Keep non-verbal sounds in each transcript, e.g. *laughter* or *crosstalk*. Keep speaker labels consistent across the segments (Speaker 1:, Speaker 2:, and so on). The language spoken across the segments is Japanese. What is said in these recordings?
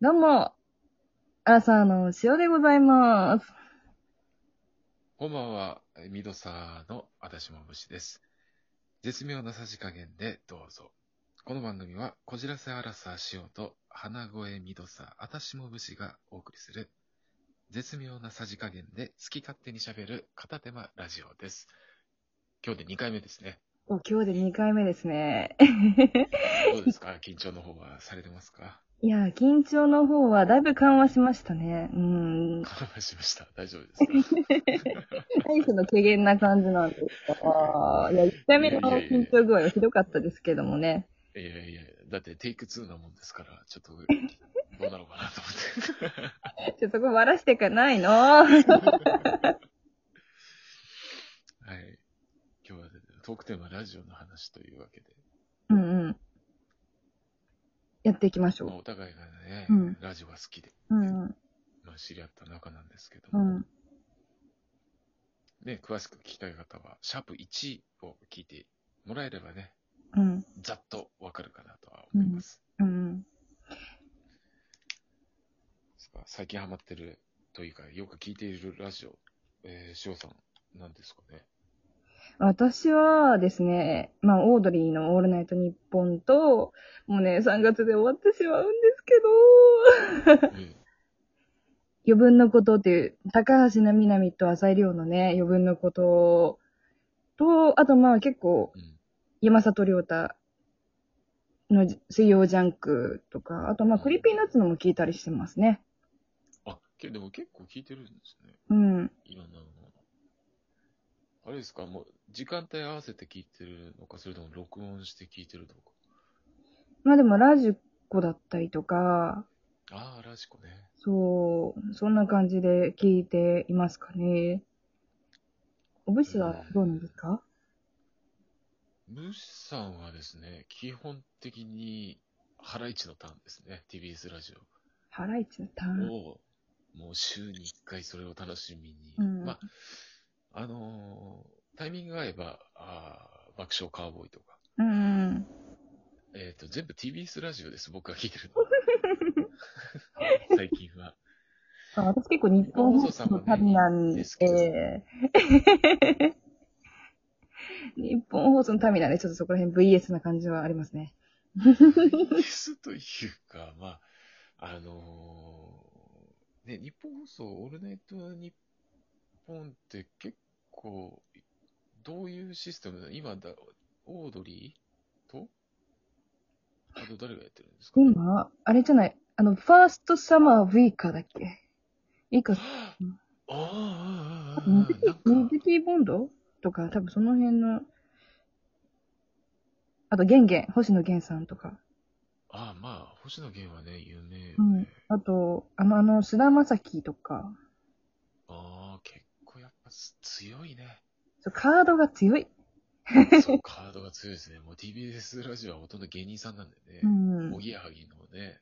Speaker 1: どうも、朝の塩でございます。
Speaker 2: こんばんは、ミドサーの私も虫です。絶妙なさじ加減でどうぞ。この番組は、こじらせあらさ塩と、鼻声ミドサー、あたしも節がお送りする、絶妙なさじ加減で好き勝手に喋る片手間ラジオです。今日で2回目ですね。
Speaker 1: お、今日で2回目ですね。 *laughs*
Speaker 2: どうですか緊張の方はされてますか
Speaker 1: いや、緊張の方はだいぶ緩和しましたね。うん。
Speaker 2: 緩和しました。大丈夫ですか
Speaker 1: 何その軽減な感じなんですか。いや、1回目の
Speaker 2: いやいやいや
Speaker 1: 緊張具合はひどかったですけどもね。
Speaker 2: いやいや、だってテイク2なもんですから、ちょっと、どうなのかなと思って。
Speaker 1: ちょっとそこばらしてかない *laughs* の
Speaker 2: はい。今日はトークテーマラジオの話というわけで、
Speaker 1: うんうん。やっていきましょ
Speaker 2: まあ、
Speaker 1: う。
Speaker 2: お互いがね、
Speaker 1: うん
Speaker 2: ラジオが好きで、
Speaker 1: うんうん。
Speaker 2: まあ、知り合った仲なんですけど、
Speaker 1: うん。
Speaker 2: ね、詳しく聞きたい方は、シャープ1を聞いてもらえればね、
Speaker 1: うん。
Speaker 2: ざっとわかるかなとは思います。
Speaker 1: うん。
Speaker 2: さあ最近ハマってるというか、よく聞いているラジオ、えー、塩さん、なんですか
Speaker 1: *laughs*
Speaker 2: ね。
Speaker 1: 私はですね、まあ、オードリーのオールナイトニッポンと、もうね、3月で終わってしまうんですけど、
Speaker 2: うん
Speaker 1: 余分のことっていう、高橋なみなみと浅井亮のね、余分のことと、あとまあ結構、
Speaker 2: うん
Speaker 1: 山里亮太の水曜ジャンクとか、あとまあクリーピーナッツのも聞いたりしてますね。
Speaker 2: あ、けどでも結構聞いてるんですね。
Speaker 1: うん。
Speaker 2: いろんなもの。あれですかもう、時間帯合わせて聞いてるのか、それとも録音して聞いてるのか。
Speaker 1: まあでもラジコだったりとか、
Speaker 2: ああ、ラジコね。
Speaker 1: そう、そんな感じで聞いていますかね。おぶしはどうなんですか
Speaker 2: ムシさんはですね、基本的に、ハライチのターンですね。TBS ラジ
Speaker 1: ハライチのター
Speaker 2: オ
Speaker 1: ン。
Speaker 2: を、もう週に1回それを楽しみに。
Speaker 1: うん
Speaker 2: まあ、あのータイミングが合えば、あー爆笑カーボーイとか。
Speaker 1: うんうん。
Speaker 2: えっ、と、全部 TBS ラジオです、僕が聞いて *laughs* るの。最近は。
Speaker 1: あ私結構日本放送の旅なんで、えー日本放送の旅なんで、ちょっとそこら辺 VS な感じはありますね。
Speaker 2: 消すというか、まあ、あのーね、日本放送、オールナイト日本って結構、どういうシステムだ今だ、オードリーとあと誰がやってるんですか、
Speaker 1: 今、あれじゃない、あの、ファーストサマーウィーカーだっけウィーカー、
Speaker 2: あーあー、あ
Speaker 1: ミ
Speaker 2: ーあー、なん
Speaker 1: ニ
Speaker 2: か、
Speaker 1: ティボンドとか、多分その辺の、あと、ゲンゲン、星野源さんとか。
Speaker 2: ああ、まあ、星野源はね、有名よね。
Speaker 1: うん。あと、あの、あの、菅田将暉とか。
Speaker 2: ああ、結構やっぱ強
Speaker 1: *laughs*
Speaker 2: いね。
Speaker 1: そうカードが強い。
Speaker 2: そう、カードが強いですね。もう TBS ラジオはほとんど芸人さんなんでね。
Speaker 1: うん
Speaker 2: お。ぎやはぎのね、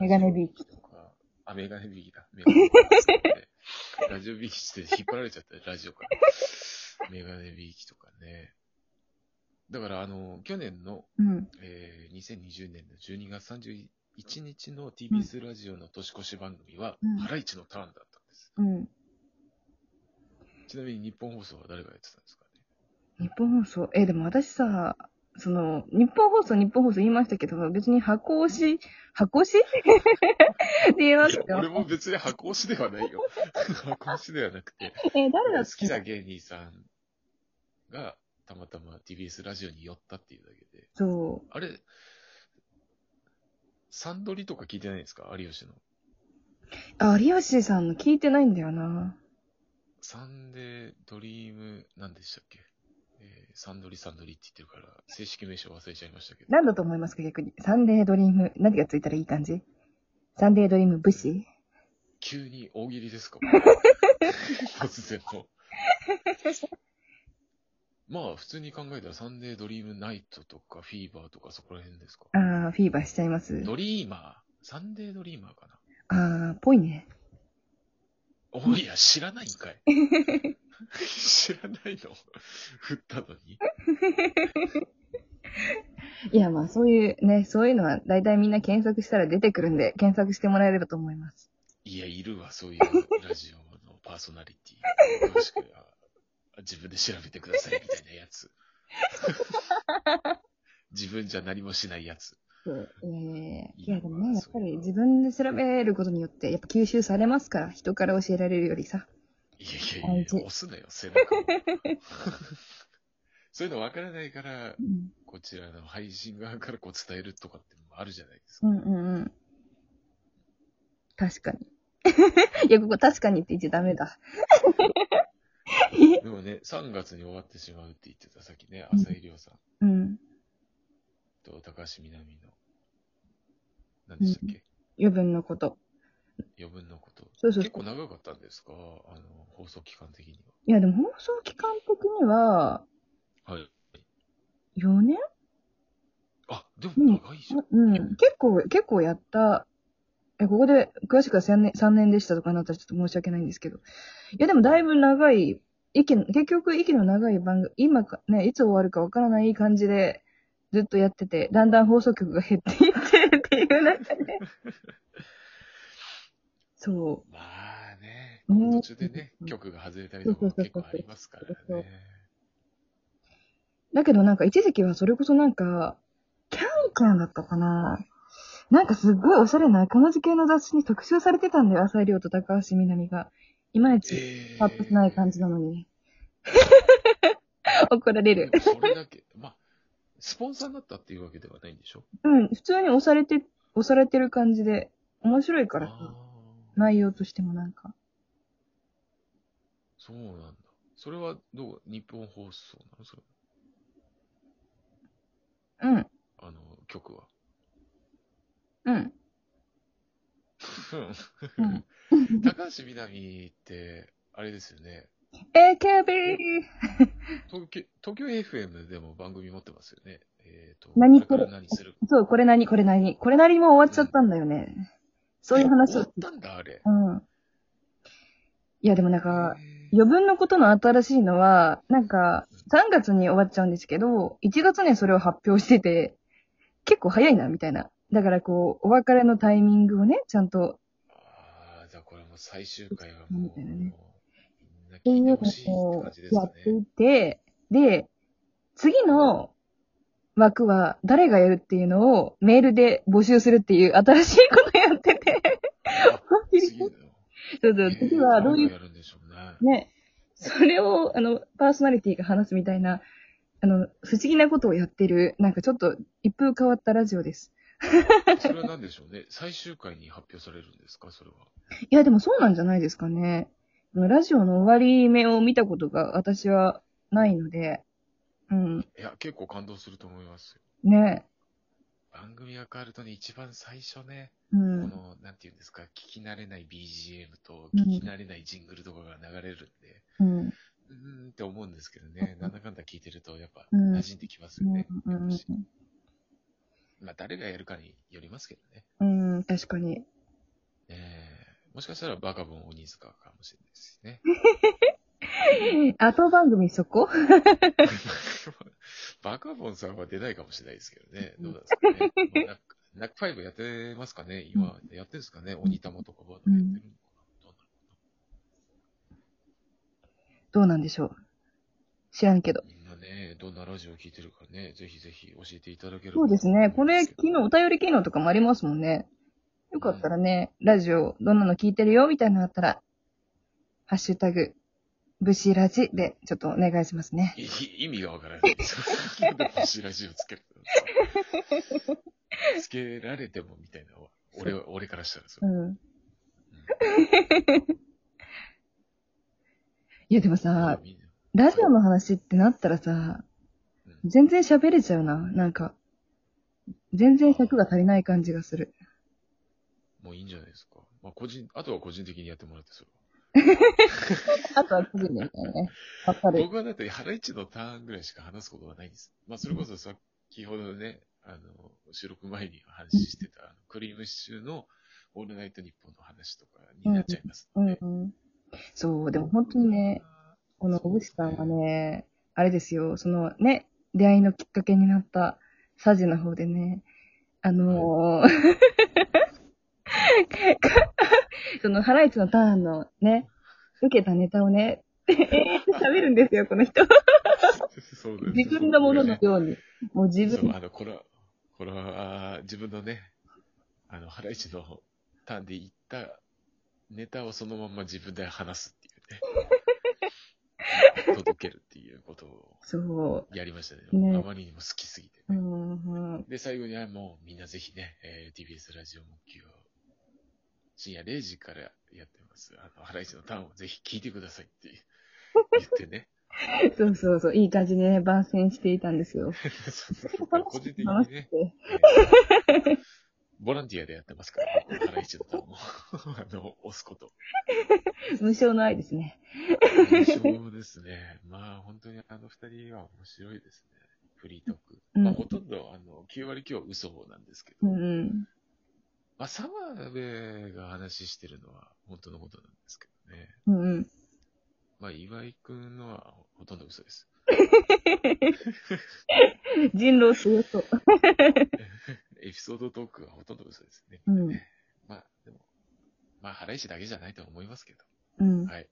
Speaker 1: メガネビーチ
Speaker 2: とか、あ、メガネビーキだ。メガネビーキ、
Speaker 1: *laughs*
Speaker 2: ね。ラジオビーキして引っ張られちゃった、ラジオから。メガネビーキとかね。だから、あの、去年の、
Speaker 1: うん。
Speaker 2: えー、2020年の12月31日の TBS ラジオの年越し番組は
Speaker 1: うん、
Speaker 2: ハライチのターンだったんです。
Speaker 1: うん。
Speaker 2: ちなみに日本放送は誰がやってたんですかね。
Speaker 1: 日本放送、え、でも私さ、その、日本放送、日本放送言いましたけど、別に箱押し、箱押し *laughs* って言いま
Speaker 2: い
Speaker 1: す
Speaker 2: や
Speaker 1: よ。
Speaker 2: 俺も別に箱押しではないよ。箱押しではなくて。
Speaker 1: え、誰だっ
Speaker 2: 好き
Speaker 1: け
Speaker 2: な芸人さんが、たまたま TBS ラジオに寄ったっていうだけで。
Speaker 1: そ
Speaker 2: あれ、サンドリとか聞いてないんですか有吉の。
Speaker 1: う。あ、有吉さんの聞いてないんだよな。
Speaker 2: サンデードリーム、なんでしたっけえーサンドリサンドリって言ってるから、正式名称忘れちゃいましたけど。
Speaker 1: なんだと思いますか、逆に。サンデードリーム、何がついたらいい感じサンデードリーム武士
Speaker 2: 急に大喜利ですか突然の。まあ、普通に考えたら、サンデードリームナイトとか、フィーバーとか、そこら辺ですか
Speaker 1: あー、フィーバーしちゃいます。
Speaker 2: ドリーマー。サンデードリーマーかな
Speaker 1: あー、ぽいね。
Speaker 2: おいや、知らないんかい。知らないの振ったのに。
Speaker 1: いや、まあそういうね、そういうのは大体みんな検索したら出てくるんで、検索してもらえればと思います。
Speaker 2: いや、いるわ、そういうラジオのパーソナリティ。詳しくは自分で調べてください、みたいなやつ。自分じゃ何もしないやつ。
Speaker 1: そういやいやいやいや、でも
Speaker 2: い
Speaker 1: ね、
Speaker 2: いわ
Speaker 1: やっぱり自分で調べることによって、やっぱ吸収されますから、人から教えられるよりさ。
Speaker 2: いやいやいや、
Speaker 1: 大事
Speaker 2: 押すなよ、背中を。そういうの分からないから、
Speaker 1: うん、
Speaker 2: こちらの配信側からこう伝えるとかってのもあるじゃないです
Speaker 1: う
Speaker 2: か。
Speaker 1: ん、うん、うん。確かに。 *laughs* いや、ここ確かにって言っちゃダメだ。
Speaker 2: でもね、3月に終わってしまうって言ってた、さっきね、
Speaker 1: うん
Speaker 2: 浅井亮さん
Speaker 1: うん。
Speaker 2: と高橋みなみの、何でしたっけ、
Speaker 1: 余分のこと。
Speaker 2: 余分のこと。
Speaker 1: そうそう
Speaker 2: 結。構長かったんですかあの、放送期間的に
Speaker 1: いや、でも放送期間的には、
Speaker 2: は。はい。
Speaker 1: 4年
Speaker 2: あ、でも長いじゃん。
Speaker 1: うん。結構、結構やった。え、ここで詳しくは3年 ,3 年でしたとかになったらちょっと申し訳ないんですけど。いや、でもだいぶ長い、息の、結局息の長い番組、今か、ね、いつ終わるかわからない感じで、ずっとやってて、だんだん放送局が減っていってっていう中 *laughs* で。そ
Speaker 2: まあね、
Speaker 1: ね
Speaker 2: 途中でね
Speaker 1: う、ん
Speaker 2: 曲が外れたりとかも結構ありますからね。
Speaker 1: う。だけどなんか一時期はそれこそなんか、キャンキャンだったかななんかすっごいおしゃれな赤文字系の雑誌に特集されてたんだよ、浅井亮と高橋みなみが。いまいち。
Speaker 2: え
Speaker 1: パッとしない感じなの
Speaker 2: *laughs*
Speaker 1: に。怒られ
Speaker 2: で
Speaker 1: る。
Speaker 2: もそれだけ、 *laughs* まあ、スポンサーになったっていうわけではないんでしょ
Speaker 1: うん、普通に押されて、押されてる感じで、面白いからさ
Speaker 2: あー
Speaker 1: 内容としてもなんか。
Speaker 2: そうなんだ。それはどう日本放送なのそれ
Speaker 1: うん、
Speaker 2: あの、曲は。
Speaker 1: うん。うん
Speaker 2: 高橋みなみって、あれですよね。
Speaker 1: AKB!
Speaker 2: 東京東京 FM でも番組持ってますよね。えーと
Speaker 1: 何
Speaker 2: これから何する
Speaker 1: そう、これなに、これなに。これなりも終わっちゃったんだよね。そういう話
Speaker 2: 終
Speaker 1: を。
Speaker 2: わっ
Speaker 1: う
Speaker 2: たんだ、あれ。
Speaker 1: ん。いや、でもなんか、
Speaker 2: へー
Speaker 1: 余分のことの新しいのは、なんか、3月に終わっちゃうんですけど、1月にそれを発表してて、結構早いな、みたいな。だからこう、お別れのタイミングをね、ちゃんと
Speaker 2: ああ、じゃあこれもう最終回は
Speaker 1: そ
Speaker 2: もう、
Speaker 1: うだ
Speaker 2: み
Speaker 1: ね
Speaker 2: んな
Speaker 1: ってい
Speaker 2: 聞いうて
Speaker 1: の
Speaker 2: ほしいって
Speaker 1: を
Speaker 2: 感じです
Speaker 1: や
Speaker 2: か
Speaker 1: って
Speaker 2: ね。
Speaker 1: いて、で、次の枠は誰がやるっていうのをメールで募集するっていう新しいことやってて、
Speaker 2: *laughs* 次の
Speaker 1: そうそう、 *laughs* 次はどうい
Speaker 2: 何をやるんでしょうね。
Speaker 1: う、ね、それを、あの、パーソナリティが話すみたいな、あの、不思議なことをやってる、なんかちょっと一風変わったラジオです。
Speaker 2: それは何でしょうね。最終回に発表されるんですか、それは。
Speaker 1: いや、でもそうなんじゃないですかね。ラジオの終わり目を見たことが私はないので、うん、
Speaker 2: いや、結構感動すると思いますよ。
Speaker 1: ね、
Speaker 2: 番組が変わるとね、一番最初ね、
Speaker 1: う
Speaker 2: こ
Speaker 1: ん。
Speaker 2: の、なんていうんですか、聞き慣れない BGM と、
Speaker 1: うん
Speaker 2: 聞き慣れないジングルとかが流れるんで、
Speaker 1: うん
Speaker 2: うーんって思うんですけどね、なんだかんだ聞いてると、やっぱ、
Speaker 1: うん
Speaker 2: 馴染んできますよね。
Speaker 1: うんうん
Speaker 2: まあ、誰がやるかによりますけどね。
Speaker 1: うん、うん、確かに。
Speaker 2: ええもしかしたらバカボン鬼塚かもしれないです
Speaker 1: *laughs*
Speaker 2: ね。
Speaker 1: 後番組そこ
Speaker 2: バカボンさんは出ないかもしれないですけどね。どうなんですかね。まあナックナックファイブやってますかね今、やってるんですかね鬼玉とかバードやってるのかなどうなの
Speaker 1: どうなんでしょう知らんけど。
Speaker 2: みんなね、どんなラジオを聞いてるかね、ぜひぜひ教えていただければ。
Speaker 1: そうですね。これ、昨日お
Speaker 2: 日。
Speaker 1: 便り機能とかもありますもんね。よかったらね、ラジオ、どんなの聞いてるよみたいなのあったら、ハッシュタグ、ブシラジで、ちょっとお願いしますね。
Speaker 2: い意味がわからない。なんで星ラジオつけるのつけられてもみたいなのは、俺は、俺からしたらそうれ。
Speaker 1: ん。 *laughs* いや、でもさ、
Speaker 2: みんな
Speaker 1: ラジオの話ってなったらさ、
Speaker 2: うん
Speaker 1: 全然喋れちゃうな。なんか、全然尺が足りない感じがする。
Speaker 2: もういいんじゃないですか。まあ、個人、あとは個人的にやってもらってそれは。
Speaker 1: あとは個人ですよね。わかる。
Speaker 2: 僕はだって、ハライチのターンぐらいしか話すことがないんです。まあ、それこそ先ほどね、あの、収録前にお話ししてた、あのクリームシチューのオールナイトニッポンの話とかになっちゃいます
Speaker 1: う
Speaker 2: ので。
Speaker 1: んうん。そう、でも本当にね、この小渕さんはね、あれですよ、そのね、出会いのきっかけになったサジの方でね、あのー *laughs* その、ハライチのターンのね、受けたネタをね、喋るんですよ、この人。
Speaker 2: そうだよね
Speaker 1: 自分のもののように。もう自
Speaker 2: そう、
Speaker 1: 分、
Speaker 2: あの、これは、これは、自分のね、あの、ハライチのターンで言ったネタをそのまんま自分で話すっていう
Speaker 1: *laughs*
Speaker 2: ね。届けるっていうことを
Speaker 1: そう。
Speaker 2: やりましたね。
Speaker 1: ね
Speaker 2: あまりにも好きすぎて。
Speaker 1: うんうん、
Speaker 2: で、最後にはもうみんなぜひね、えー TBS ラジオ目標、深夜0時からやってます。あの、ハライチのターンをぜひ聞いてくださいっていう言ってね。
Speaker 1: そうそうそう、いい感じでね、番宣していたんですよ。
Speaker 2: *laughs* 個人的にね、
Speaker 1: て。
Speaker 2: えーボランティアでやってますから、ハライチのターンを、 *laughs* あの、押すこと。
Speaker 1: 無償の愛ですね。
Speaker 2: そうですね。まあ、本当にあの二人は面白いですね。フリートーク。
Speaker 1: うん
Speaker 2: まあ、ほとんど、あの、9割今日嘘なんですけど。
Speaker 1: うん。
Speaker 2: まあ、澤部が話してるのは本当のことなんですけどね。
Speaker 1: うんうん。
Speaker 2: まあ、岩井くんのはほとんど嘘です。
Speaker 1: 人狼すると。
Speaker 2: エピソードトークはほとんど嘘ですね。
Speaker 1: うん。
Speaker 2: まあ、でも、まあ、原石だけじゃないと思いますけど。
Speaker 1: うん。
Speaker 2: はい。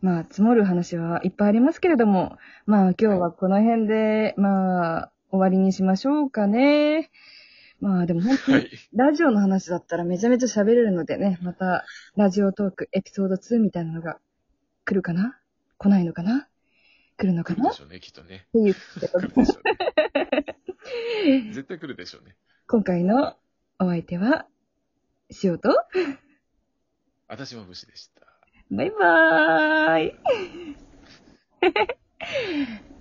Speaker 1: まあ、積もる話はいっぱいありますけれども、まあ、今日はこの辺で、まあ、終わりにしましょうかね。まあ、でも本当
Speaker 2: は
Speaker 1: に
Speaker 2: い。
Speaker 1: ラジオの話だったらめちゃめちゃ喋れるのでね、また、ラジオトークエピソード2みたいなのが来るかな来ないのかな来るのか
Speaker 2: 来る
Speaker 1: な
Speaker 2: で
Speaker 1: っ
Speaker 2: しょうね、きっとね。
Speaker 1: ていうこと
Speaker 2: 来る
Speaker 1: で、
Speaker 2: でしょうね。絶対来るでしょうね。
Speaker 1: 今回のお相手は、しおと、
Speaker 2: 私も武士でした。
Speaker 1: バイバーイ